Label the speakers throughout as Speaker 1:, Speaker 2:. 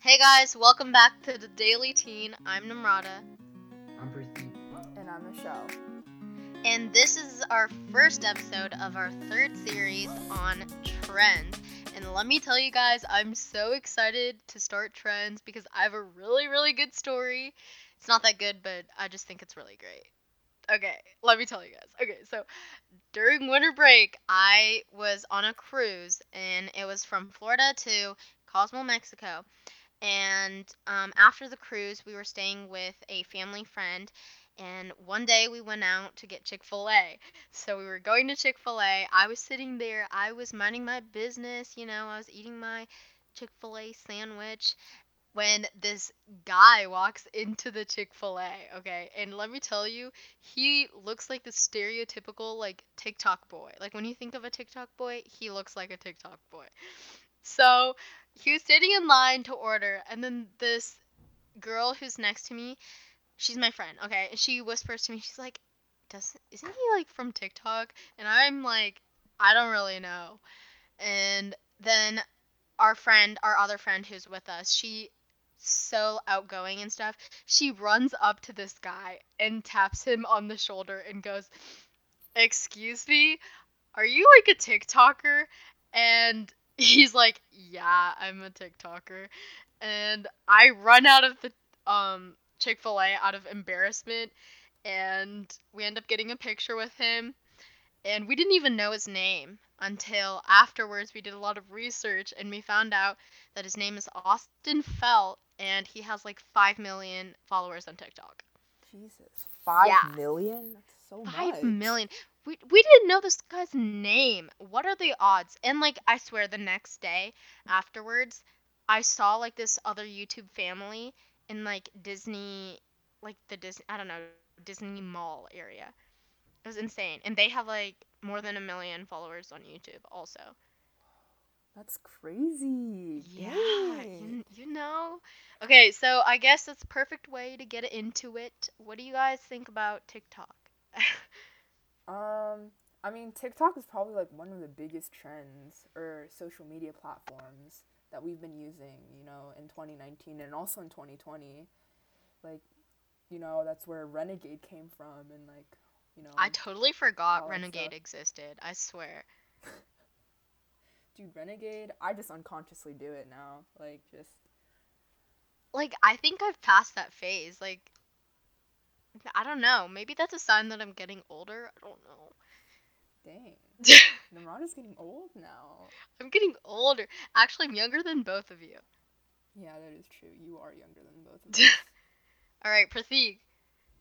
Speaker 1: Hey guys, welcome back to the Daily Teen. I'm Namrata,
Speaker 2: I'm Prithvi.
Speaker 3: And I'm Michelle.
Speaker 1: and this is our first episode of our third series on trends. And let me tell you guys, I'm so excited to start trends because I have a really, really good story. It's not that good, but I just think it's really great. Okay, let me tell you guys. Okay, so during winter break, I was on a cruise and it was from Florida to Cosmo, Mexico. And um, after the cruise, we were staying with a family friend. And one day we went out to get Chick fil A. So we were going to Chick fil A. I was sitting there, I was minding my business, you know, I was eating my Chick fil A sandwich when this guy walks into the Chick fil A. Okay. And let me tell you, he looks like the stereotypical, like, TikTok boy. Like, when you think of a TikTok boy, he looks like a TikTok boy. So he was standing in line to order, and then this girl who's next to me she's my friend, okay? And she whispers to me, she's like, doesn't isn't he like from TikTok? And I'm like, I don't really know. And then our friend, our other friend who's with us, she so outgoing and stuff. She runs up to this guy and taps him on the shoulder and goes, "Excuse me, are you like a TikToker?" And he's like, "Yeah, I'm a TikToker." And I run out of the um Chick fil A out of embarrassment. And we end up getting a picture with him. And we didn't even know his name until afterwards we did a lot of research and we found out that his name is Austin Felt and he has like 5 million followers on TikTok.
Speaker 3: Jesus. five
Speaker 1: Yeah.
Speaker 3: million. That's so much.
Speaker 1: Five million. We, we didn't know this guy's name. What are the odds? And like I swear the next day afterwards, I saw like this other YouTube family in like Disney like the Disney I don't know, Disney Mall area. It was insane. And they have like more than a million followers on YouTube also.
Speaker 3: That's crazy.
Speaker 1: Yeah,
Speaker 3: Dang.
Speaker 1: you, you know. Okay, so I guess that's a perfect way to get into it. What do you guys think about TikTok?
Speaker 3: Um, I mean, TikTok is probably like one of the biggest trends or social media platforms that we've been using, you know, in 2019 and also in 2020. Like, you know, that's where Renegade came from, and like, you know,
Speaker 1: I totally forgot
Speaker 3: Oh, I'm
Speaker 1: Renegade
Speaker 3: sorry.
Speaker 1: existed. I swear.
Speaker 3: dude, Renegade. I just unconsciously do it now. Like, just
Speaker 1: Like I think I've passed that phase. Like I don't know. Maybe that's a sign that I'm getting older. I don't know.
Speaker 3: dang. Namrata's getting old now.
Speaker 1: I'm getting older. Actually, I'm younger than both of you.
Speaker 3: Yeah, that is true. You are younger than both of us.
Speaker 1: All right, Pratik.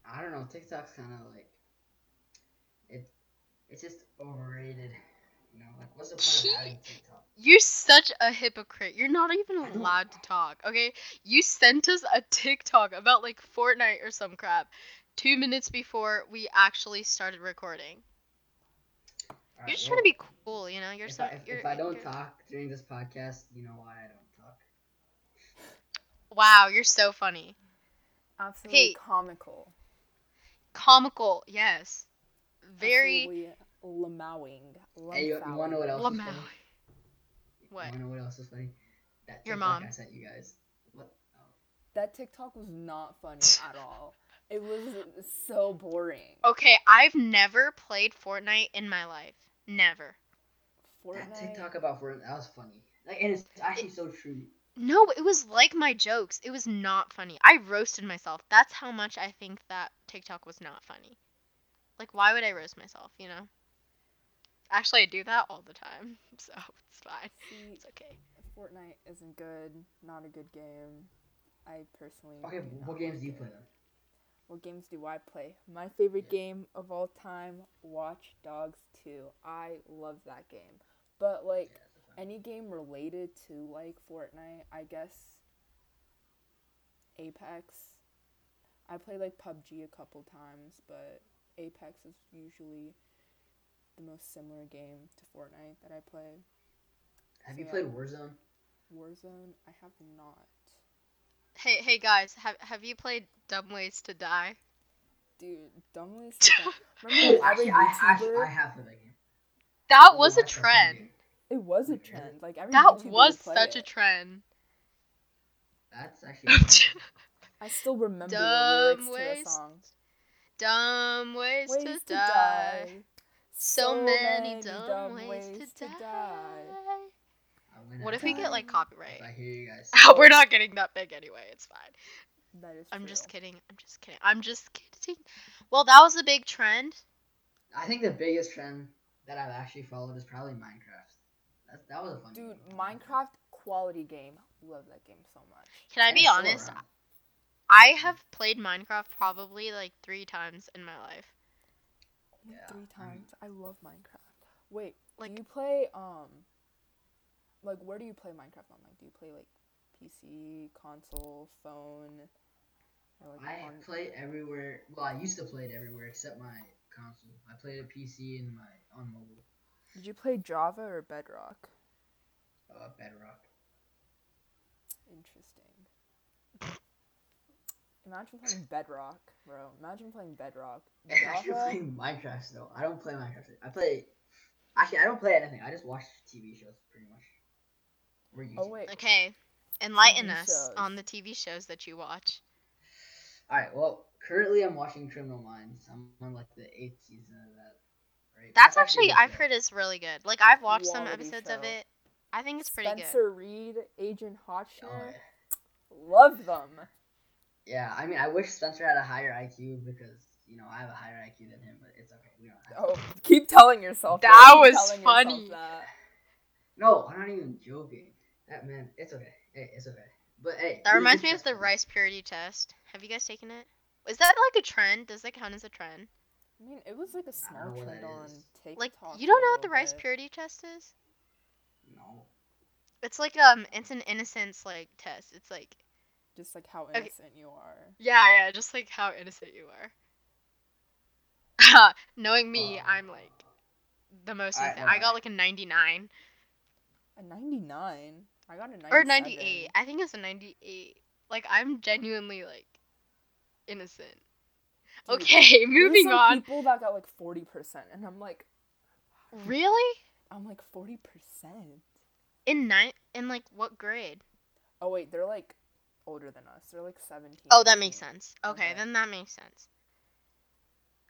Speaker 2: I don't know. TikTok's kind of like it. It's just overrated. You know, like what's the point of having TikTok?
Speaker 1: You're such a hypocrite. You're not
Speaker 2: I
Speaker 1: even
Speaker 2: don't-
Speaker 1: allowed to talk, okay? You sent us a TikTok about like Fortnite or some crap 2 minutes before we actually started recording.
Speaker 2: Alright,
Speaker 1: You're just
Speaker 2: well,
Speaker 1: trying to be cool, you know? You're
Speaker 2: If
Speaker 1: so
Speaker 2: I, if,
Speaker 1: you're,
Speaker 2: if I don't
Speaker 1: you're-
Speaker 2: talk during this podcast, you know why I don't talk.
Speaker 1: Wow, you're so funny.
Speaker 3: Absolutely
Speaker 1: Hey.
Speaker 3: comical.
Speaker 1: Comical. Yes. Very
Speaker 3: Absolutely lamowing.
Speaker 2: Hey, you, you wanna know what else? is
Speaker 1: Lamau.
Speaker 2: funny?
Speaker 1: What?
Speaker 2: You wanna know what else is funny? That
Speaker 1: Your
Speaker 2: TikTok
Speaker 1: mom.
Speaker 2: I sent you guys. What? Oh,
Speaker 3: That TikTok was not funny at all. It was so boring.
Speaker 1: Okay, I've never played Fortnite in my life. Never.
Speaker 2: That
Speaker 3: Fortnite.
Speaker 2: TikTok about Fortnite. That was funny. Like, and it's actually so true.
Speaker 1: No, it was like my jokes. It was not funny. I roasted myself. That's how much I think that TikTok was not funny. Like, why would I roast myself, you know? Actually, I do that all the time, so it's fine.
Speaker 3: See,
Speaker 1: It's okay.
Speaker 3: Fortnite isn't good. Not a good game. I personally.
Speaker 2: Okay,
Speaker 3: do not
Speaker 2: what games
Speaker 3: like
Speaker 2: do you
Speaker 3: it.
Speaker 2: play on?
Speaker 3: What games do I play? My favorite game of all time, Watch Dogs 2. I love that game. But like
Speaker 2: Yeah, that's a fun-
Speaker 3: any game related to like Fortnite, I guess Apex. I play like PUBG a couple times, but Apex is usually the most similar game to Fortnite that I play.
Speaker 2: Have you
Speaker 3: yeah.
Speaker 2: played Warzone?
Speaker 3: Warzone, I have not.
Speaker 1: Hey, hey guys, have have you played Dumb Ways to Die?
Speaker 3: Dude, Dumb Ways to Die- Remember when every
Speaker 2: actually, I, actually,
Speaker 3: YouTuber-
Speaker 2: I have played that game.
Speaker 1: That was a
Speaker 2: Watch that fucking
Speaker 1: trend.
Speaker 2: game.
Speaker 3: It was a
Speaker 2: Really?
Speaker 3: trend. Like every
Speaker 1: That
Speaker 3: YouTuber would
Speaker 1: was
Speaker 3: play
Speaker 1: such a
Speaker 3: it.
Speaker 1: trend.
Speaker 2: That That's actually.
Speaker 3: I still remember
Speaker 1: Dumb
Speaker 3: the lyrics to the
Speaker 1: ways
Speaker 3: song.
Speaker 1: Dumb ways,
Speaker 3: Ways
Speaker 1: to, die. So, many, dumb, ways, to, die.
Speaker 2: I'm gonna
Speaker 1: What if
Speaker 2: die
Speaker 1: we get like copyright?
Speaker 2: If I hear you guys.
Speaker 1: We're not getting that big anyway. It's fine.
Speaker 3: That is
Speaker 1: I'm
Speaker 3: true.
Speaker 1: just kidding. I'm just kidding. I'm just kidding. Well, that was a big trend.
Speaker 2: I think the biggest trend that I've actually followed is probably Minecraft. That, that was a fun.
Speaker 3: Dude,
Speaker 2: game.
Speaker 3: Minecraft quality game. Love that game so much.
Speaker 1: Can I
Speaker 2: And
Speaker 1: be
Speaker 2: it's still
Speaker 1: honest?
Speaker 2: around.
Speaker 1: I have played Minecraft probably like three times in my life.
Speaker 3: Only
Speaker 2: Yeah,
Speaker 3: three
Speaker 2: I'm-
Speaker 3: times. I love Minecraft. Wait,
Speaker 1: Mm-hmm. Like-
Speaker 3: do you play um like where do you play Minecraft on? Like do you play like PC, console, phone? Or, like,
Speaker 2: I
Speaker 3: on-
Speaker 2: play it everywhere. Well, I used to play it everywhere except my console. I played a PC and my on mobile.
Speaker 3: Did you play Java or Bedrock?
Speaker 2: Uh, Bedrock.
Speaker 3: Interesting. Imagine playing Bedrock, bro. Imagine playing Bedrock.
Speaker 2: I'm actually
Speaker 3: Java-
Speaker 2: playing Minecraft though. I don't play Minecraft. I play. Actually, I don't play anything. I just watch TV shows pretty much. Or
Speaker 3: Oh
Speaker 2: YouTube.
Speaker 3: wait.
Speaker 1: Okay, enlighten
Speaker 3: TV
Speaker 1: us
Speaker 3: shows.
Speaker 1: on the TV shows that you watch.
Speaker 2: All right. Well, currently I'm watching Criminal Minds. I'm on like the eighth season of that. Right.
Speaker 1: That's actually
Speaker 2: a good
Speaker 1: I've
Speaker 2: show.
Speaker 1: heard is really good. Like I've watched some
Speaker 3: Quality
Speaker 1: episodes of
Speaker 3: show.
Speaker 1: it. I think it's pretty
Speaker 3: Spencer Reed, Agent
Speaker 2: Oh,
Speaker 3: Hotshner.
Speaker 2: yeah.
Speaker 3: Love them.
Speaker 2: yeah. I mean, I wish Spencer had a higher IQ because you know I have a higher IQ than him, but it's okay. We don't. Have
Speaker 3: Oh, keep telling yourself.
Speaker 1: That
Speaker 3: Keep
Speaker 1: was
Speaker 3: telling yourself
Speaker 1: funny.
Speaker 3: that.
Speaker 2: No, I'm not even joking. That man, it's okay. Hey, it's okay. But hey.
Speaker 1: good. That
Speaker 2: he-
Speaker 1: reminds
Speaker 2: he's
Speaker 1: me of the
Speaker 2: Spencer.
Speaker 1: rice purity test. Have you guys taken it? Is that like a trend? Does that count as a trend?
Speaker 3: I mean, it was like a
Speaker 2: know
Speaker 3: small
Speaker 2: what
Speaker 3: trend
Speaker 2: that
Speaker 3: on
Speaker 2: is.
Speaker 3: TikTok.
Speaker 1: Like you don't
Speaker 3: for a
Speaker 1: know what the
Speaker 3: little
Speaker 1: rice
Speaker 3: bit.
Speaker 1: purity test is?
Speaker 2: No.
Speaker 1: It's like um, it's an innocence like test. It's like
Speaker 3: Just like how
Speaker 1: Okay.
Speaker 3: innocent you are.
Speaker 1: yeah, yeah, just like how innocent you are. Knowing me,
Speaker 2: Uh,
Speaker 1: I'm like the most.
Speaker 2: I-
Speaker 1: innocent. I, got
Speaker 2: alright.
Speaker 1: like a 99
Speaker 3: A 99. I got a 97.
Speaker 1: or 98. I think it's a 98. Like I'm genuinely like innocent.
Speaker 3: Dude,
Speaker 1: okay,
Speaker 3: there's
Speaker 1: moving
Speaker 3: some
Speaker 1: on.
Speaker 3: People that got like 40%, and I'm like,
Speaker 1: Really?
Speaker 3: I'm like 40%.
Speaker 1: In nine? In like what grade?
Speaker 3: Oh wait, they're like older than us. They're like 17.
Speaker 1: Oh, that makes
Speaker 3: 18.
Speaker 1: sense. Okay,
Speaker 3: Okay.
Speaker 1: then that makes sense.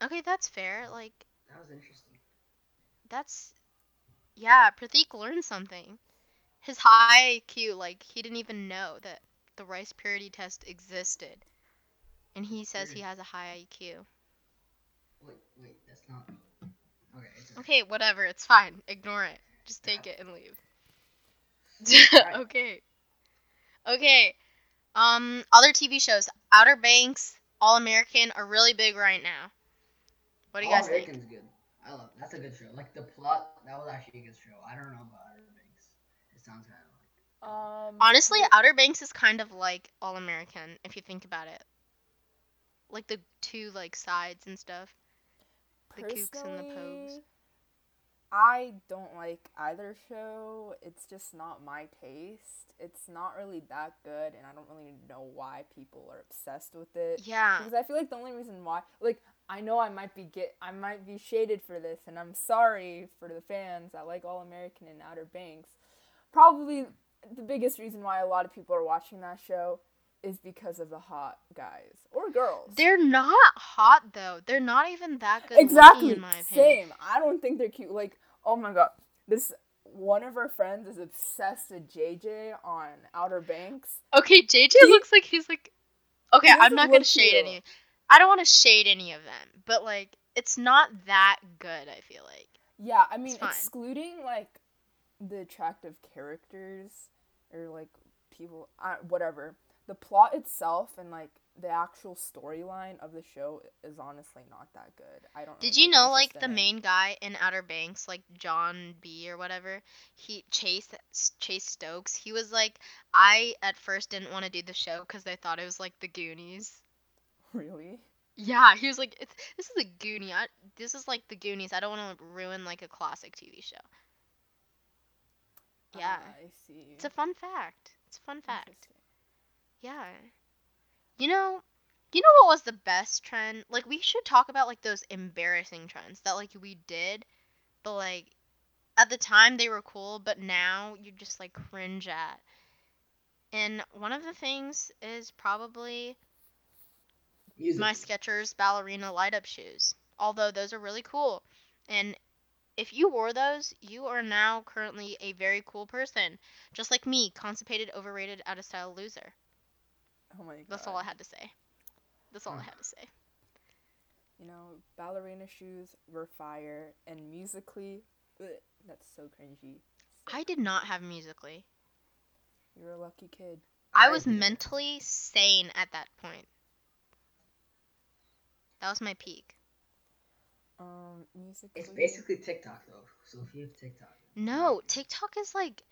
Speaker 1: Okay, that's fair. Like
Speaker 2: That was interesting.
Speaker 1: That's yeah, Pratik learned something. His high IQ, like he didn't even know that the rice purity test existed. And he says he
Speaker 2: Weird.
Speaker 1: has a high IQ.
Speaker 2: Wait, wait, that's not. Okay, it's okay.
Speaker 1: Okay, whatever, it's fine. Ignore it. Just take it and leave. okay. Okay. Um other TV shows, Outer Banks, All American are really big right now. What do you
Speaker 2: All
Speaker 1: guys think?
Speaker 2: American's good. I love. That's a good show. Like the plot, that was actually a good show. I don't know about Outer Banks. It sounds kind of like.
Speaker 3: Um,
Speaker 1: Honestly,
Speaker 3: wait,
Speaker 1: Outer Banks is kind of like All American if you think about it. Like the two like sides and stuff. the kooks and the pogues.
Speaker 3: personally, I don't like either show. It's just not my taste. It's not really that good, and I don't really know why people are obsessed with it.
Speaker 1: Yeah.
Speaker 3: Because I feel like the only reason why, like, I know I might be get, I might be shaded for this, and I'm sorry for the fans that like All American and Outer Banks. Probably the biggest reason why a lot of people are watching that show is because of the hot guys or girls.
Speaker 1: They're not hot though. They're not even that good
Speaker 3: exactly
Speaker 1: looking in my opinion.
Speaker 3: same. I don't think they're cute. Like, oh my god, this one of our friends is obsessed with JJ on Outer Banks.
Speaker 1: Okay, JJ
Speaker 3: He-
Speaker 1: looks like he's like Okay,
Speaker 3: He
Speaker 1: I'm
Speaker 3: doesn't
Speaker 1: not gonna
Speaker 3: look
Speaker 1: shade
Speaker 3: cute.
Speaker 1: any I don't wanna shade any of them, but like it's not that good, I feel like.
Speaker 3: Yeah, I mean,
Speaker 1: fine.
Speaker 3: excluding like the attractive characters or like people, uh, whatever. The plot itself and like the actual storyline of the show is honestly not that good. I don't.
Speaker 1: Did
Speaker 3: really
Speaker 1: you
Speaker 3: take
Speaker 1: know like
Speaker 3: interest
Speaker 1: the
Speaker 3: in it.
Speaker 1: main guy in Outer Banks, like John B or whatever, he Chase Chase Stokes. He was like, I at first didn't want to do the show because I thought it was like the Goonies.
Speaker 3: Really?
Speaker 1: Yeah, he was like, it's, this is a Goonie. I, this is like the Goonies. I don't want to ruin like a classic TV show. Yeah,
Speaker 3: Ah, I see.
Speaker 1: it's a fun fact. It's a fun fact.
Speaker 3: Interesting.
Speaker 1: Yeah. You know, you know what was the best trend? Like we should talk about like those embarrassing trends that like we did, but like at the time they were cool, but now you just like cringe at. And one of the things is probably
Speaker 2: Music.
Speaker 1: my Skechers ballerina light up shoes. Although those are really cool. And if you wore those, you are now currently a very cool person. Just like me, constipated, overrated, out of style loser.
Speaker 3: Oh my god.
Speaker 1: That's all I had to say. That's all I
Speaker 2: Huh.
Speaker 1: had to say.
Speaker 3: You know, ballerina shoes were fire, and musically, bleh, that's so cringy. So-
Speaker 1: I did not have musically.
Speaker 3: You're a lucky kid.
Speaker 1: I was
Speaker 2: did.
Speaker 1: mentally sane at that point. That was my peak.
Speaker 3: Um, musically.
Speaker 2: It's basically TikTok though. So if you have TikTok. Hmm.
Speaker 1: No, TikTok is like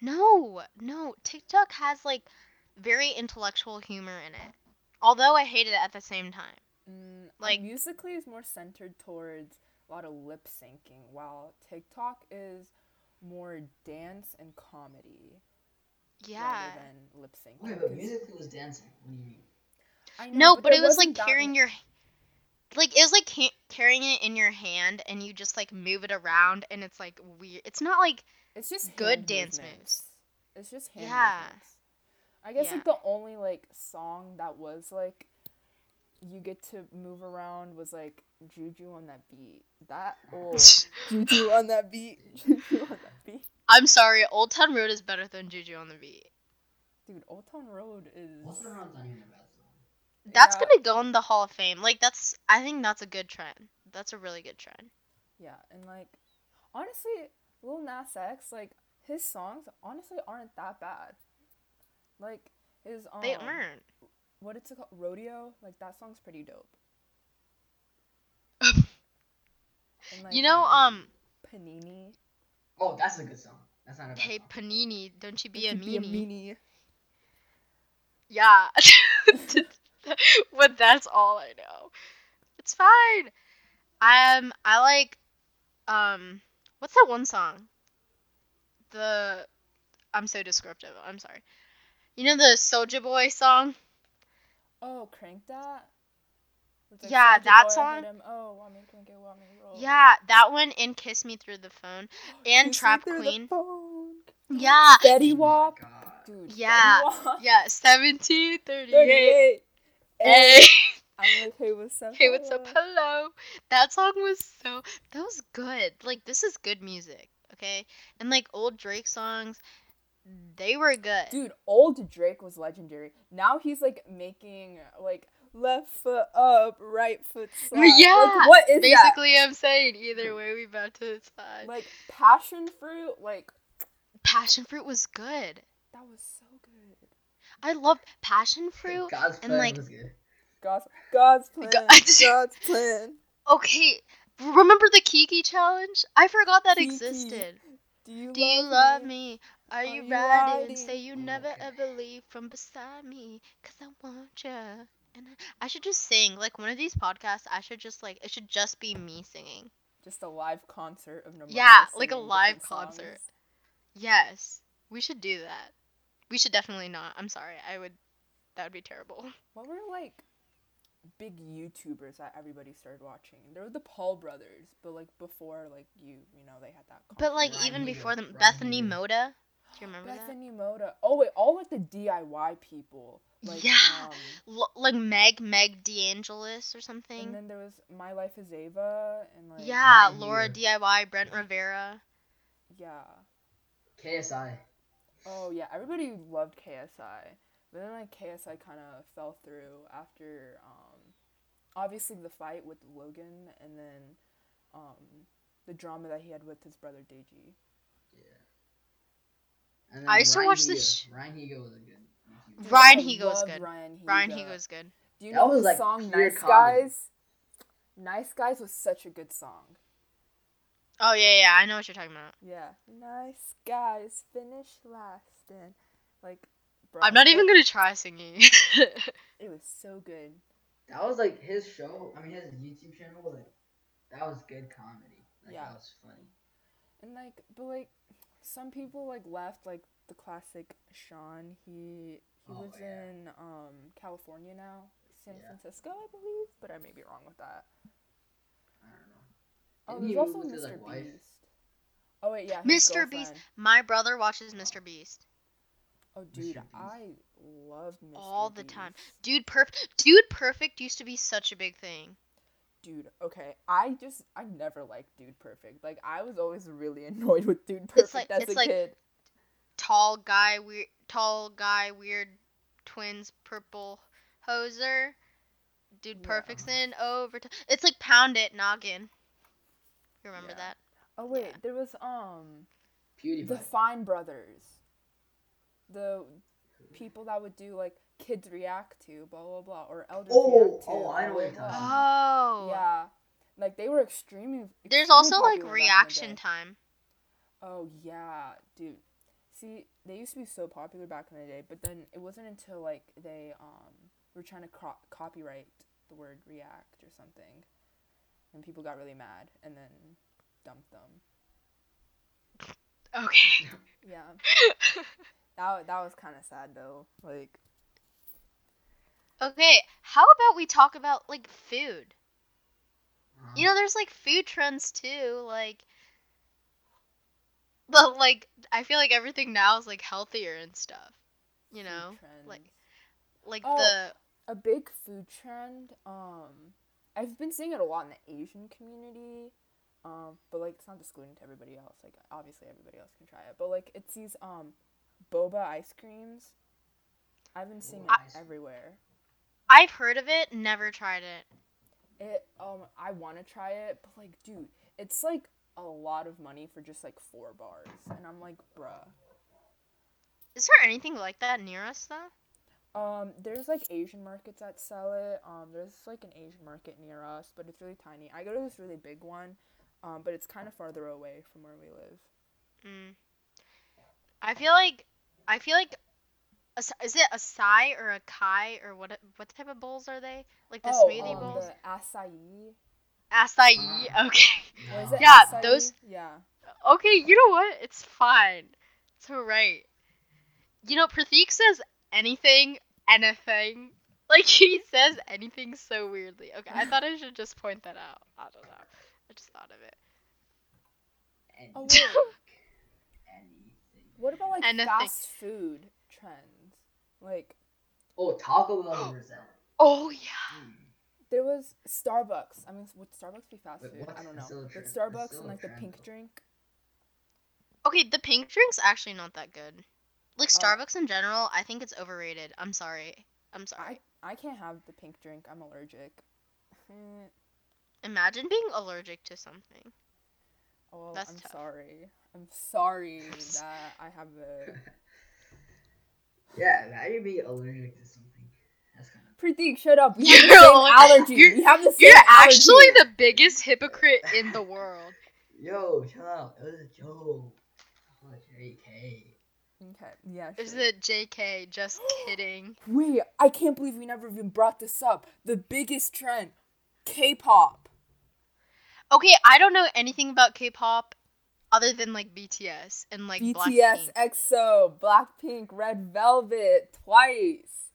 Speaker 1: No, no, TikTok has like very intellectual humor in it. Although I hate it at the same time.
Speaker 3: Mm, like
Speaker 1: Like-
Speaker 3: musically is more centered towards a lot of lip syncing, while TikTok is more dance and comedy
Speaker 1: Yeah.
Speaker 3: rather than lip syncing.
Speaker 2: Wait, but
Speaker 3: 'cause-
Speaker 2: musically was dancing. What do you mean?
Speaker 3: I
Speaker 1: No, but,
Speaker 3: there
Speaker 1: it was
Speaker 3: wasn't
Speaker 1: like
Speaker 3: that
Speaker 1: carrying
Speaker 3: much-
Speaker 1: your like it was like ca- carrying it in your hand and you just like move it around and it's like weird. It's not like
Speaker 3: It's just
Speaker 1: good
Speaker 3: hand
Speaker 1: dance
Speaker 3: movements. It's just hand
Speaker 1: Yeah.
Speaker 3: movements. I guess
Speaker 1: Yeah.
Speaker 3: like the only like song that was like you get to move around was like Juju on that beat. That or Juju on that beat. Juju on that beat.
Speaker 1: I'm sorry, Old Town Road is better than Juju on the Beat.
Speaker 3: Dude, Old Town Road is
Speaker 2: What's the round not even a bad song?
Speaker 1: That's
Speaker 3: Yeah.
Speaker 1: gonna go in the Hall of Fame. Like that's I think that's a good trend. That's a really good trend.
Speaker 3: Yeah, and like honestly, Lil Nas X, like his songs honestly aren't that bad. Like his um
Speaker 1: They aren't.
Speaker 3: what it's called rodeo, like that song's pretty dope. And, like,
Speaker 1: You know, um
Speaker 3: Panini.
Speaker 2: Oh, that's a good song. That's not a bad
Speaker 1: hey
Speaker 2: song.
Speaker 1: Panini, don't you be a
Speaker 3: Could
Speaker 1: meanie.
Speaker 3: meanie.
Speaker 1: Yeah. but that's all I know. It's fine. Um I like um what's that one song? The I'm so descriptive. I'm sorry. You know the Soulja Boy song?
Speaker 3: Oh, crank that. It's
Speaker 1: Yeah,
Speaker 3: Soulja
Speaker 1: that
Speaker 3: Boy, I
Speaker 1: song.
Speaker 3: hit 'em. Oh, want me to crank it, want me to roll.
Speaker 1: Yeah, that one and Kiss Me Through the Phone and
Speaker 3: Kiss me
Speaker 1: Trap
Speaker 3: through the
Speaker 1: Queen.
Speaker 3: phone.
Speaker 1: Yeah.
Speaker 3: Steady
Speaker 2: Oh my
Speaker 3: walk.
Speaker 2: God.
Speaker 3: Dude. Steady
Speaker 1: Yeah.
Speaker 3: Walk.
Speaker 1: Yeah, 1738.
Speaker 3: 38.
Speaker 1: Hey,
Speaker 3: I'm like, hey, what's up?
Speaker 1: hey, what's up?
Speaker 3: hello?
Speaker 1: Hello. That song was so that was good. Like this is good music, okay? And like old Drake songs, they were good.
Speaker 3: Dude, old Drake was legendary. Now he's like making like left foot up, right foot side. Like,
Speaker 1: yeah,
Speaker 3: what is that?
Speaker 1: Basically, I'm saying either way, we about to decide.
Speaker 3: Like passion fruit, like
Speaker 1: passion fruit was good.
Speaker 3: that was so good.
Speaker 1: I love passion fruit.
Speaker 2: God's
Speaker 1: and,
Speaker 2: Plan
Speaker 1: like-
Speaker 2: was good.
Speaker 3: God's God's plan.
Speaker 1: God-
Speaker 3: God's plan.
Speaker 1: Okay, remember the Kiki challenge? I forgot that
Speaker 3: Kiki.
Speaker 1: existed.
Speaker 3: Do you,
Speaker 1: Do you love me? Are you riding?
Speaker 3: riding?
Speaker 1: Say you never
Speaker 2: Okay.
Speaker 1: ever leave from beside me, cause I want you. And I, I should just sing like one of these podcasts. I should just like it should just be me singing.
Speaker 3: Just a live concert of Nomura.
Speaker 1: Yeah, like a
Speaker 3: singing
Speaker 1: live
Speaker 3: different songs.
Speaker 1: concert. Yes, we should do that. We should definitely not. I'm sorry. I would. That would be terrible.
Speaker 3: What were like big YouTubers that everybody started watching? There were the Paul brothers, but like before like you, you know, they had that concert.
Speaker 1: But like
Speaker 2: Ryan
Speaker 1: even
Speaker 2: Higa,
Speaker 1: before them,
Speaker 2: Ryan
Speaker 1: Bethany
Speaker 2: Higa.
Speaker 1: Moda. Do you remember that?
Speaker 3: Bethany Moda. Oh wait, all like the DIY people. Like,
Speaker 1: Yeah.
Speaker 3: Um,
Speaker 1: L- like Meg, Meg DeAngelis or
Speaker 3: and
Speaker 1: something.
Speaker 3: then there was My Life is Ava and like
Speaker 1: yeah,
Speaker 2: Ryan
Speaker 1: Laura
Speaker 2: Higa.
Speaker 1: DIY, Brent Rivera.
Speaker 3: yeah.
Speaker 2: KSI.
Speaker 3: Oh yeah, everybody loved KSI. But then like KSI kind of fell through after um, obviously the fight with Logan and then um, the drama that he had with his brother Deji.
Speaker 2: And
Speaker 1: I used to
Speaker 2: Ryan
Speaker 1: watch
Speaker 2: Higa.
Speaker 1: the sh-
Speaker 2: Ryan Higa was a good. YouTuber.
Speaker 3: Dude,
Speaker 1: Ryan
Speaker 3: I
Speaker 1: Higa was
Speaker 3: love
Speaker 1: good.
Speaker 3: Ryan Higa.
Speaker 1: Ryan Higo's good.
Speaker 3: Do you
Speaker 2: That
Speaker 3: know
Speaker 2: was,
Speaker 3: the
Speaker 2: like,
Speaker 3: song
Speaker 2: pure
Speaker 3: Nice
Speaker 2: comedy.
Speaker 3: Guys? Nice Guys was such a good song.
Speaker 1: Oh yeah, yeah, I know what you're talking about.
Speaker 3: Yeah. Nice guys finish last and like bro,
Speaker 1: I'm not even
Speaker 3: it-
Speaker 1: gonna try singing.
Speaker 3: It was so good.
Speaker 2: That was like his show. I mean, his YouTube channel was like that was good comedy. Like
Speaker 3: Yeah.
Speaker 2: that was funny.
Speaker 3: And like but like some people like left like the classic Sean, he he
Speaker 2: Oh,
Speaker 3: lives
Speaker 2: yeah.
Speaker 3: in um California now. San
Speaker 2: Yeah.
Speaker 3: Francisco, I believe, but I may be wrong with that.
Speaker 2: I don't know.
Speaker 3: Oh,
Speaker 2: Didn't he
Speaker 3: there's also
Speaker 2: move with his,
Speaker 3: Mr.
Speaker 2: like, wife?
Speaker 3: Beast. Oh wait, yeah. his
Speaker 1: Mr. Beast-
Speaker 3: girlfriend.
Speaker 1: My brother watches Mr. Beast.
Speaker 3: Oh,
Speaker 2: Machine
Speaker 3: dude,
Speaker 2: Beast.
Speaker 3: I loved Mr.
Speaker 1: All the
Speaker 3: Beast.
Speaker 1: time. Dude perfect. Dude perfect used to be such a big thing.
Speaker 3: Dude, okay, I just I never liked Dude Perfect. Like I was always really annoyed with Dude Perfect
Speaker 1: It's like-
Speaker 3: as
Speaker 1: it's
Speaker 3: a
Speaker 1: like-
Speaker 3: kid.
Speaker 1: Tall guy, weird. Tall guy, weird. Twins, purple hoser. Dude
Speaker 3: Yeah.
Speaker 1: perfect's in over. it's like pound it noggin. You remember
Speaker 3: Yeah.
Speaker 1: that?
Speaker 3: Oh wait, there was um
Speaker 2: PewDiePie.
Speaker 3: the Fine Brothers, the people that would do like kids react to blah blah blah or elders
Speaker 2: Oh,
Speaker 3: react to.
Speaker 2: oh, I know
Speaker 3: blah,
Speaker 2: what you're
Speaker 3: blah,
Speaker 2: talking
Speaker 3: blah.
Speaker 1: Oh.
Speaker 3: Um, Yeah, like they were extremely.
Speaker 1: There's
Speaker 3: extremely
Speaker 1: also like
Speaker 3: popular back in the
Speaker 1: reaction
Speaker 3: day.
Speaker 1: time.
Speaker 3: Oh yeah, dude. See, they used to be so popular back in the day, but then it wasn't until like they um were trying to cro- copyright the word react or something, and people got really mad and then dumped them.
Speaker 1: Okay.
Speaker 3: Yeah, that that was kind of sad though. Like,
Speaker 1: okay. How about we talk about like food?
Speaker 2: Uh,
Speaker 1: You know, there's like food trends too, like but like I feel like everything now is like healthier and stuff. You
Speaker 3: food
Speaker 1: know?
Speaker 3: trends.
Speaker 1: like- Like
Speaker 3: Oh.
Speaker 1: the
Speaker 3: a big food trend. Um, I've been seeing it a lot in the Asian community. Um, but like it's not excluding to everybody else. Like obviously everybody else can try it, but like it's these um, boba ice creams. I've been seeing it
Speaker 2: Boba ice cream.
Speaker 3: everywhere.
Speaker 1: I've heard of it, never tried it.
Speaker 3: It um, I want to try it, but like, dude, it's like a lot of money for just like four bars, and I'm like, bruh.
Speaker 1: Is there anything like that near us though?
Speaker 3: Um, there's like Asian markets that sell it. Um, there's like an Asian market near us, but it's really tiny. I go to this really big one, um, but it's kind of farther away from where we live.
Speaker 1: Mm. I feel like I feel like as- is it a sai or a kai or what what type of bowls are they? Like the
Speaker 3: Oh,
Speaker 1: smoothie
Speaker 2: um,
Speaker 1: bowls?
Speaker 3: the acai.
Speaker 1: Acai.
Speaker 2: Ah.
Speaker 1: Okay.
Speaker 2: no.
Speaker 3: Or is it
Speaker 1: Yeah,
Speaker 3: acai?
Speaker 1: those-
Speaker 3: Yeah.
Speaker 1: Okay, you know what? It's fine. It's alright. You know, Pratik says anything, anything. Like he says anything so weirdly. Okay, I thought I should just point that out. I don't know. I just thought of it.
Speaker 2: Any-
Speaker 3: Oh, wait.
Speaker 2: anything.
Speaker 3: What about like
Speaker 1: And a thing-
Speaker 3: fast food trends? Like
Speaker 2: Oh, Taco Bell was that.
Speaker 1: Oh yeah.
Speaker 2: Hmm.
Speaker 3: there was Starbucks. I mean, would Starbucks be fast
Speaker 2: Wait,
Speaker 3: food?
Speaker 2: what's
Speaker 3: I don't
Speaker 2: the
Speaker 3: know.
Speaker 2: still
Speaker 3: But
Speaker 2: trend- the
Speaker 3: Starbucks
Speaker 2: still
Speaker 3: and like the
Speaker 2: trend
Speaker 3: pink
Speaker 2: though?
Speaker 3: drink.
Speaker 1: Okay, the pink drink's actually not that good. Like
Speaker 3: Oh.
Speaker 1: Starbucks in general, I think it's overrated. I'm sorry. I'm sorry.
Speaker 3: I I can't have the pink drink. I'm allergic. Mm,
Speaker 1: Imagine being allergic to something.
Speaker 3: Oh,
Speaker 1: That's
Speaker 3: I'm
Speaker 1: tough.
Speaker 3: sorry. I'm sorry
Speaker 1: s-
Speaker 3: that I have the
Speaker 2: Yeah, now you'd be allergic to something. That's kind of.
Speaker 3: Pratik, shut up. We have the
Speaker 1: You're like-
Speaker 3: same allergy.
Speaker 1: you're-
Speaker 3: We have the same
Speaker 1: You're actually
Speaker 3: allergy.
Speaker 1: the biggest hypocrite in the world.
Speaker 2: Yo, shut up. It was a joke. Oh, JK.
Speaker 3: Okay. Yeah.
Speaker 1: Is
Speaker 3: sure.
Speaker 1: it JK? Just kidding.
Speaker 3: Wait, I can't believe we never even brought this up. The biggest trend, K-pop.
Speaker 1: Okay, I don't know anything about K-pop other than like BTS and like
Speaker 3: BTS,
Speaker 1: Blackpink.
Speaker 3: eh, EXO, Blackpink, Red Velvet, Twice.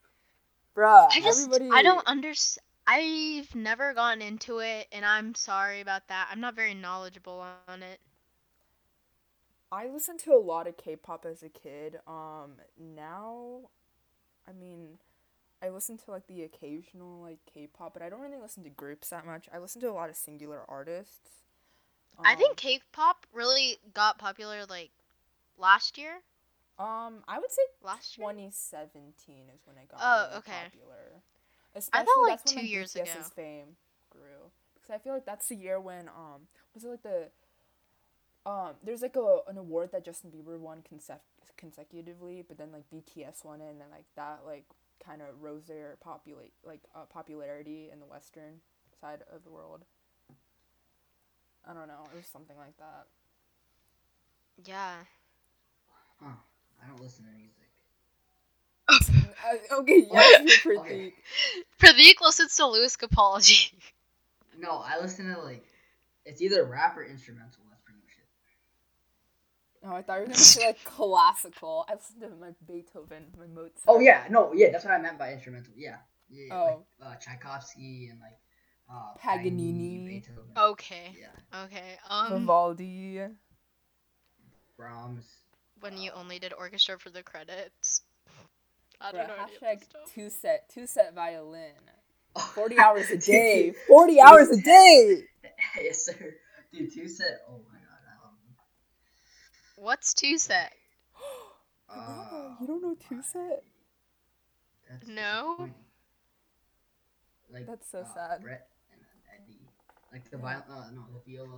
Speaker 3: Bruh,
Speaker 1: I just
Speaker 3: everybody.
Speaker 1: I don't understand. I've never gotten into it, and I'm sorry about that. I'm not very knowledgeable on it.
Speaker 3: I listened to a lot of K-pop as a kid. Um, now, I mean, I listen to like the occasional like K-pop, but I don't really listen to groups that much. I listen to a lot of singular artists.
Speaker 1: I think
Speaker 3: Um,
Speaker 1: K-pop really got popular like last year.
Speaker 3: Um, I would say
Speaker 1: Last year.
Speaker 3: 2017 is when it got
Speaker 1: Oh,
Speaker 3: really
Speaker 1: okay.
Speaker 3: popular. Especially
Speaker 1: like,
Speaker 3: that's
Speaker 1: two
Speaker 3: when like,
Speaker 1: years
Speaker 3: BTS's
Speaker 1: ago.
Speaker 3: fame grew because I feel like that's the year when um was it like the um there's like a an award that Justin Bieber won consef- consecutively, but then like BTS won it, and then like that like kind of rose their populate like uh, popularity in the Western side of the world. I don't know, it was something like that.
Speaker 1: Yeah.
Speaker 2: Huh. I don't listen to music.
Speaker 3: Uh, okay, yes, you're pretty.
Speaker 2: Okay.
Speaker 1: Pratik listens to Louis Capaldi.
Speaker 2: No, I listen to like. It's either rap or instrumental. That's pretty much it.
Speaker 3: Oh, I thought you were gonna say like classical. I listened to my Beethoven, my Mozart.
Speaker 2: Oh, yeah. No, yeah. That's what I meant by instrumental. Yeah. Yeah. yeah,
Speaker 3: Oh.
Speaker 2: Like, uh, Tchaikovsky and like. Uh,
Speaker 3: Paganini.
Speaker 2: Beethoven.
Speaker 1: okay.
Speaker 2: Yeah.
Speaker 1: Okay. Um.
Speaker 3: Vivaldi.
Speaker 2: Brahms.
Speaker 1: when you only did orchestra for the credits. I
Speaker 3: Bruh,
Speaker 1: don't know any of
Speaker 3: hashtag
Speaker 1: this stuff.
Speaker 3: two set, two set violin. 40 hours a day. 40 hours a day.
Speaker 2: yes, sir. Dude, two set. Oh my god, I love them.
Speaker 1: What's two set?
Speaker 3: Wow, you don't know
Speaker 2: Oh
Speaker 3: two
Speaker 2: my-
Speaker 3: set?
Speaker 2: That's
Speaker 1: No.
Speaker 2: disappointing. Like
Speaker 3: That's so
Speaker 2: uh,
Speaker 3: sad.
Speaker 2: Brett and Eddie, like the viol, uh, no, the viola.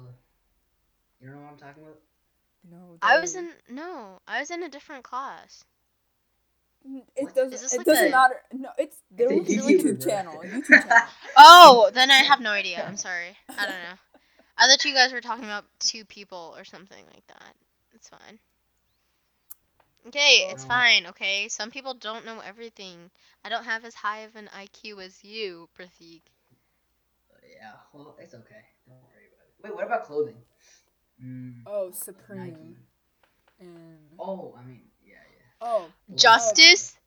Speaker 2: You don't know what I'm talking about?
Speaker 3: No.
Speaker 1: I was
Speaker 3: dude.
Speaker 1: in no, I was in a different class.
Speaker 3: N-
Speaker 2: What?
Speaker 3: It doesn't.
Speaker 1: Is this
Speaker 3: it
Speaker 1: like
Speaker 3: doesn't
Speaker 1: a-
Speaker 3: matter. No, it's there
Speaker 2: It's a
Speaker 3: was a
Speaker 1: YouTuber,
Speaker 3: YouTube
Speaker 2: bro.
Speaker 3: channel. a YouTube channel.
Speaker 1: Oh, then I have no idea. I'm sorry. I don't know. I thought you guys were talking about two people or something like that. It's fine. Okay, it's
Speaker 2: Oh.
Speaker 1: fine, okay? Some people don't know everything. I don't have as high of an IQ as you, Pratik.
Speaker 2: Uh, yeah. Well, it's okay. Don't worry about it. Wait, what about clothing? Mm,
Speaker 3: Oh,
Speaker 2: Nike.
Speaker 3: Supreme. And
Speaker 2: Oh, I mean, yeah, yeah.
Speaker 3: oh,
Speaker 2: Well,
Speaker 1: Justice?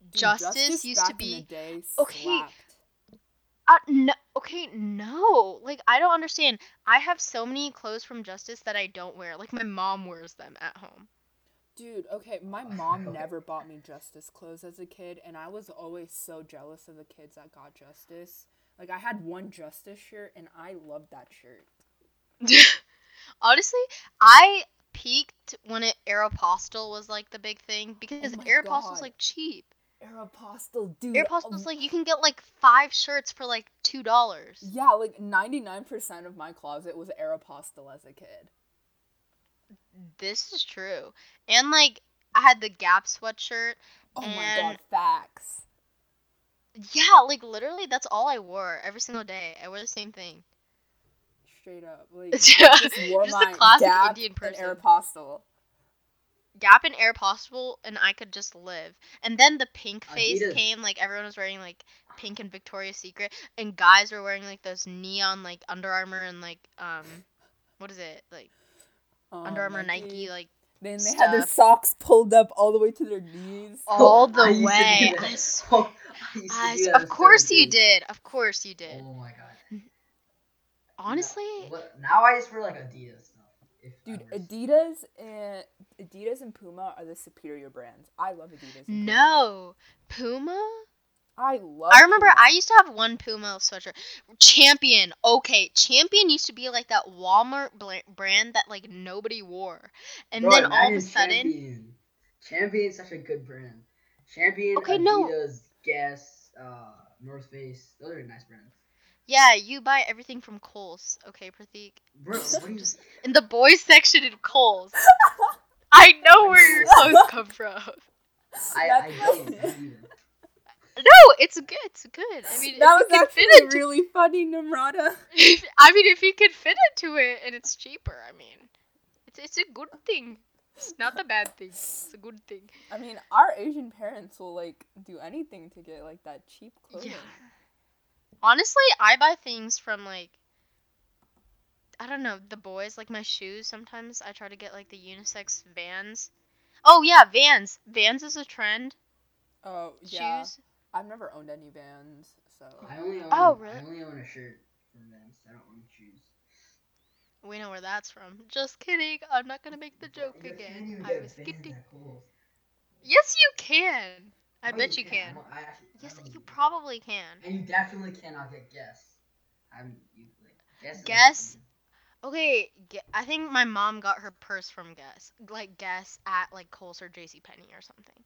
Speaker 3: dude,
Speaker 1: Justice used to
Speaker 3: back in the
Speaker 1: be-
Speaker 3: day
Speaker 1: Okay.
Speaker 3: slapped.
Speaker 1: Uh, no, okay, no. Like, I don't understand. I have so many clothes from Justice that I don't wear. Like, my mom wears them at home.
Speaker 3: Dude, okay, my mom
Speaker 2: Okay.
Speaker 3: never bought me Justice clothes as a kid, and I was always so jealous of the kids that got Justice. Like I had one Justice shirt, and I loved that shirt.
Speaker 1: Honestly, I peaked when it Aeropostale was like the big thing because
Speaker 3: Oh my
Speaker 1: Aeropostale was
Speaker 3: God.
Speaker 1: like cheap.
Speaker 3: Aeropostale, dude.
Speaker 1: Aeropostale's
Speaker 3: um,
Speaker 1: like you can get like five shirts for like two dollars.
Speaker 3: Yeah, like ninety nine percent of my closet was Aeropostale as a kid.
Speaker 1: This is true. And like I had the Gap sweatshirt.
Speaker 3: Oh my
Speaker 1: And-
Speaker 3: god, facts.
Speaker 1: Yeah, like literally that's all I wore every single day. I wore the same thing.
Speaker 3: Straight up, like
Speaker 1: Just
Speaker 3: I just wore
Speaker 1: a
Speaker 3: my
Speaker 1: classic
Speaker 3: Gap
Speaker 1: Indian
Speaker 3: and
Speaker 1: person.
Speaker 3: Aeropostale.
Speaker 1: Gap and Aeropostale and I could just live. And then the pink face
Speaker 2: Adidas.
Speaker 1: came, like everyone was wearing like pink and Victoria's Secret and guys were wearing like those neon like Under Armour and like um what is it? Like
Speaker 2: Oh,
Speaker 3: Um,
Speaker 1: Under Armour Nike like
Speaker 3: Then they had their
Speaker 1: stuff. Oh,
Speaker 3: socks pulled up all the way to their knees.
Speaker 1: all
Speaker 2: Oh, I
Speaker 1: the
Speaker 2: used
Speaker 1: way.
Speaker 2: to do that.
Speaker 1: I s-
Speaker 2: Oh, I used to
Speaker 1: I
Speaker 2: do
Speaker 1: s-
Speaker 2: that
Speaker 1: of
Speaker 2: as a
Speaker 1: course
Speaker 2: seven
Speaker 1: you
Speaker 2: kid.
Speaker 1: did. Of course you did.
Speaker 2: Oh my god.
Speaker 1: Honestly,
Speaker 2: What, now I just wear like Adidas stuff. If I
Speaker 3: Dude,
Speaker 2: was-
Speaker 3: Adidas and Adidas and Puma are the superior brands. I love Adidas. And Puma.
Speaker 1: no. Puma?
Speaker 3: I love.
Speaker 1: I remember
Speaker 3: Puma.
Speaker 1: I used to have one Puma sweatshirt. Champion. Okay, Champion used to be like that Walmart bla- brand that like nobody wore. And
Speaker 2: Bro,
Speaker 1: then
Speaker 2: not
Speaker 1: all of a
Speaker 2: even
Speaker 1: sudden,
Speaker 2: Champion. Champion's such a good brand. Champion,
Speaker 1: Okay, no.
Speaker 2: Adidas, Guess, uh, North Face. Those are nice brands.
Speaker 1: yeah, you buy everything from Kohl's. Okay, Pratik.
Speaker 2: Bro, what do you
Speaker 1: Just- In the boys section in Kohl's. I know where your clothes come from.
Speaker 2: I, I
Speaker 3: That's-
Speaker 2: don't believe it.
Speaker 1: No, it's good. It's good. I mean,
Speaker 3: that
Speaker 1: if you
Speaker 3: was
Speaker 1: can
Speaker 3: actually
Speaker 1: fit into
Speaker 3: really funny, Namrata.
Speaker 1: I mean, if you can fit into it and it's cheaper, I mean, it's it's a good thing. It's not a bad thing. It's a good thing.
Speaker 3: I mean, our Asian parents will like do anything to get like that cheap clothing.
Speaker 1: Honestly, I buy things from like I don't know the boys like my shoes. Sometimes I try to get like the unisex Vans. Oh yeah, Vans. Vans is a trend.
Speaker 3: Oh yeah,
Speaker 1: Shoes.
Speaker 3: I've never owned any Vans, so
Speaker 2: I only own,
Speaker 1: Oh, really?
Speaker 2: I only own a shirt from Vans. I don't own shoes.
Speaker 1: We know where that's from. Just kidding. I'm not gonna make the joke
Speaker 2: You can't
Speaker 1: again.
Speaker 2: even
Speaker 1: I
Speaker 2: get
Speaker 1: was
Speaker 2: Vans
Speaker 1: kidding.
Speaker 2: at Kohl's.
Speaker 1: Yes, you can. I
Speaker 2: No,
Speaker 1: bet you
Speaker 2: can't.
Speaker 1: can.
Speaker 2: I don't- I actually- I
Speaker 1: Yes,
Speaker 2: don't
Speaker 1: you
Speaker 2: believe it.
Speaker 1: probably can.
Speaker 2: And you definitely cannot get Guess. I'm you like Guess. is a
Speaker 1: Guess?
Speaker 2: brand.
Speaker 1: Okay, Gu- I think my mom got her purse from Guess, like Guess at like Kohl's or J.C. Penney or something.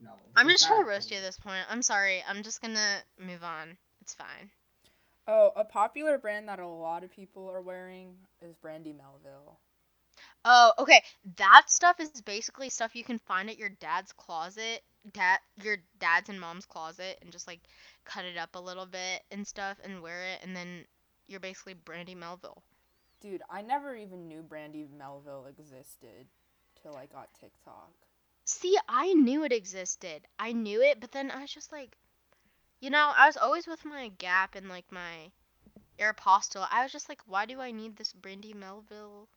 Speaker 2: No.
Speaker 1: I'm
Speaker 2: it's
Speaker 1: just trying
Speaker 2: not
Speaker 1: to
Speaker 2: a
Speaker 1: roast you
Speaker 2: brand.
Speaker 1: at this point. I'm sorry. I'm just gonna move on. It's fine.
Speaker 3: oh, a popular brand that a lot of people are wearing is Brandy Melville.
Speaker 1: Oh, okay. That stuff is basically stuff you can find at your dad's closet, dad, your dad's and mom's closet, and just like cut it up a little bit and stuff, and wear it, and then you're basically Brandy Melville.
Speaker 3: Dude, I never even knew Brandy Melville existed till I got TikTok.
Speaker 1: See, I knew it existed. I knew it, but then I was just like, you know, I was always with my Gap and like my Aeropostale. I was just like, why do I need this Brandy Melville?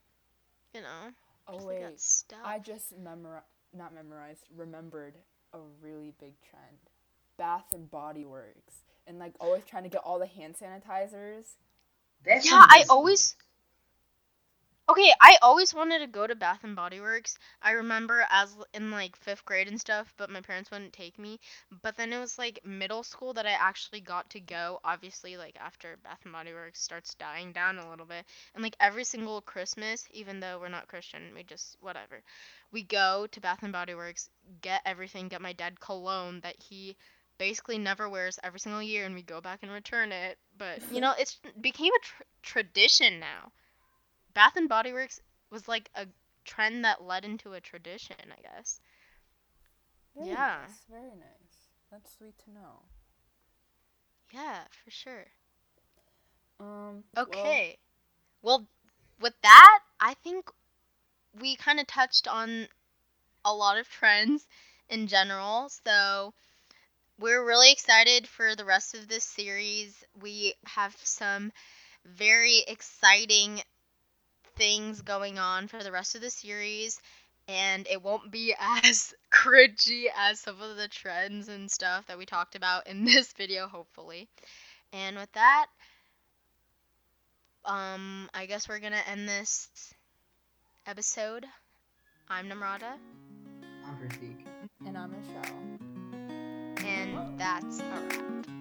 Speaker 1: You know,
Speaker 3: Oh
Speaker 1: just like that
Speaker 3: wait,
Speaker 1: stuff.
Speaker 3: I just memori- not memorized, remembered a really big trend. Bath and Body Works. And like always trying to get all the hand sanitizers.
Speaker 2: That's
Speaker 1: Yeah,
Speaker 2: from
Speaker 1: I
Speaker 2: Disney.
Speaker 1: always- Okay, I always wanted to go to Bath and Body Works. I remember as l- in like 5th grade and stuff, but my parents wouldn't take me. But then it was like middle school that I actually got to go, obviously like after Bath and Body Works starts dying down a little bit. And like every single Christmas, even though we're not Christian, we just whatever. We go to Bath and Body Works, get everything, get my dad cologne that he basically never wears every single year and we go back and return it. But you know, it's became a tr- tradition now. Bath and Body Works was like a trend that led into a tradition, I guess.
Speaker 3: Very
Speaker 1: Yeah.
Speaker 3: nice, very nice. That's sweet to know.
Speaker 1: Yeah, for sure.
Speaker 3: Um. well,
Speaker 1: Okay. Well, with that, I think we kind of touched on a lot of trends in general. So we're really excited for the rest of this series. We have some very exciting things going on for the rest of the series. And it won't be as cringy as some of the trends and stuff that we talked about in this video, hopefully. And with that, um, I guess we're gonna end this episode. I'm Namrata,
Speaker 2: I'm Pratik.
Speaker 3: and I'm Michelle.
Speaker 1: and that's a wrap.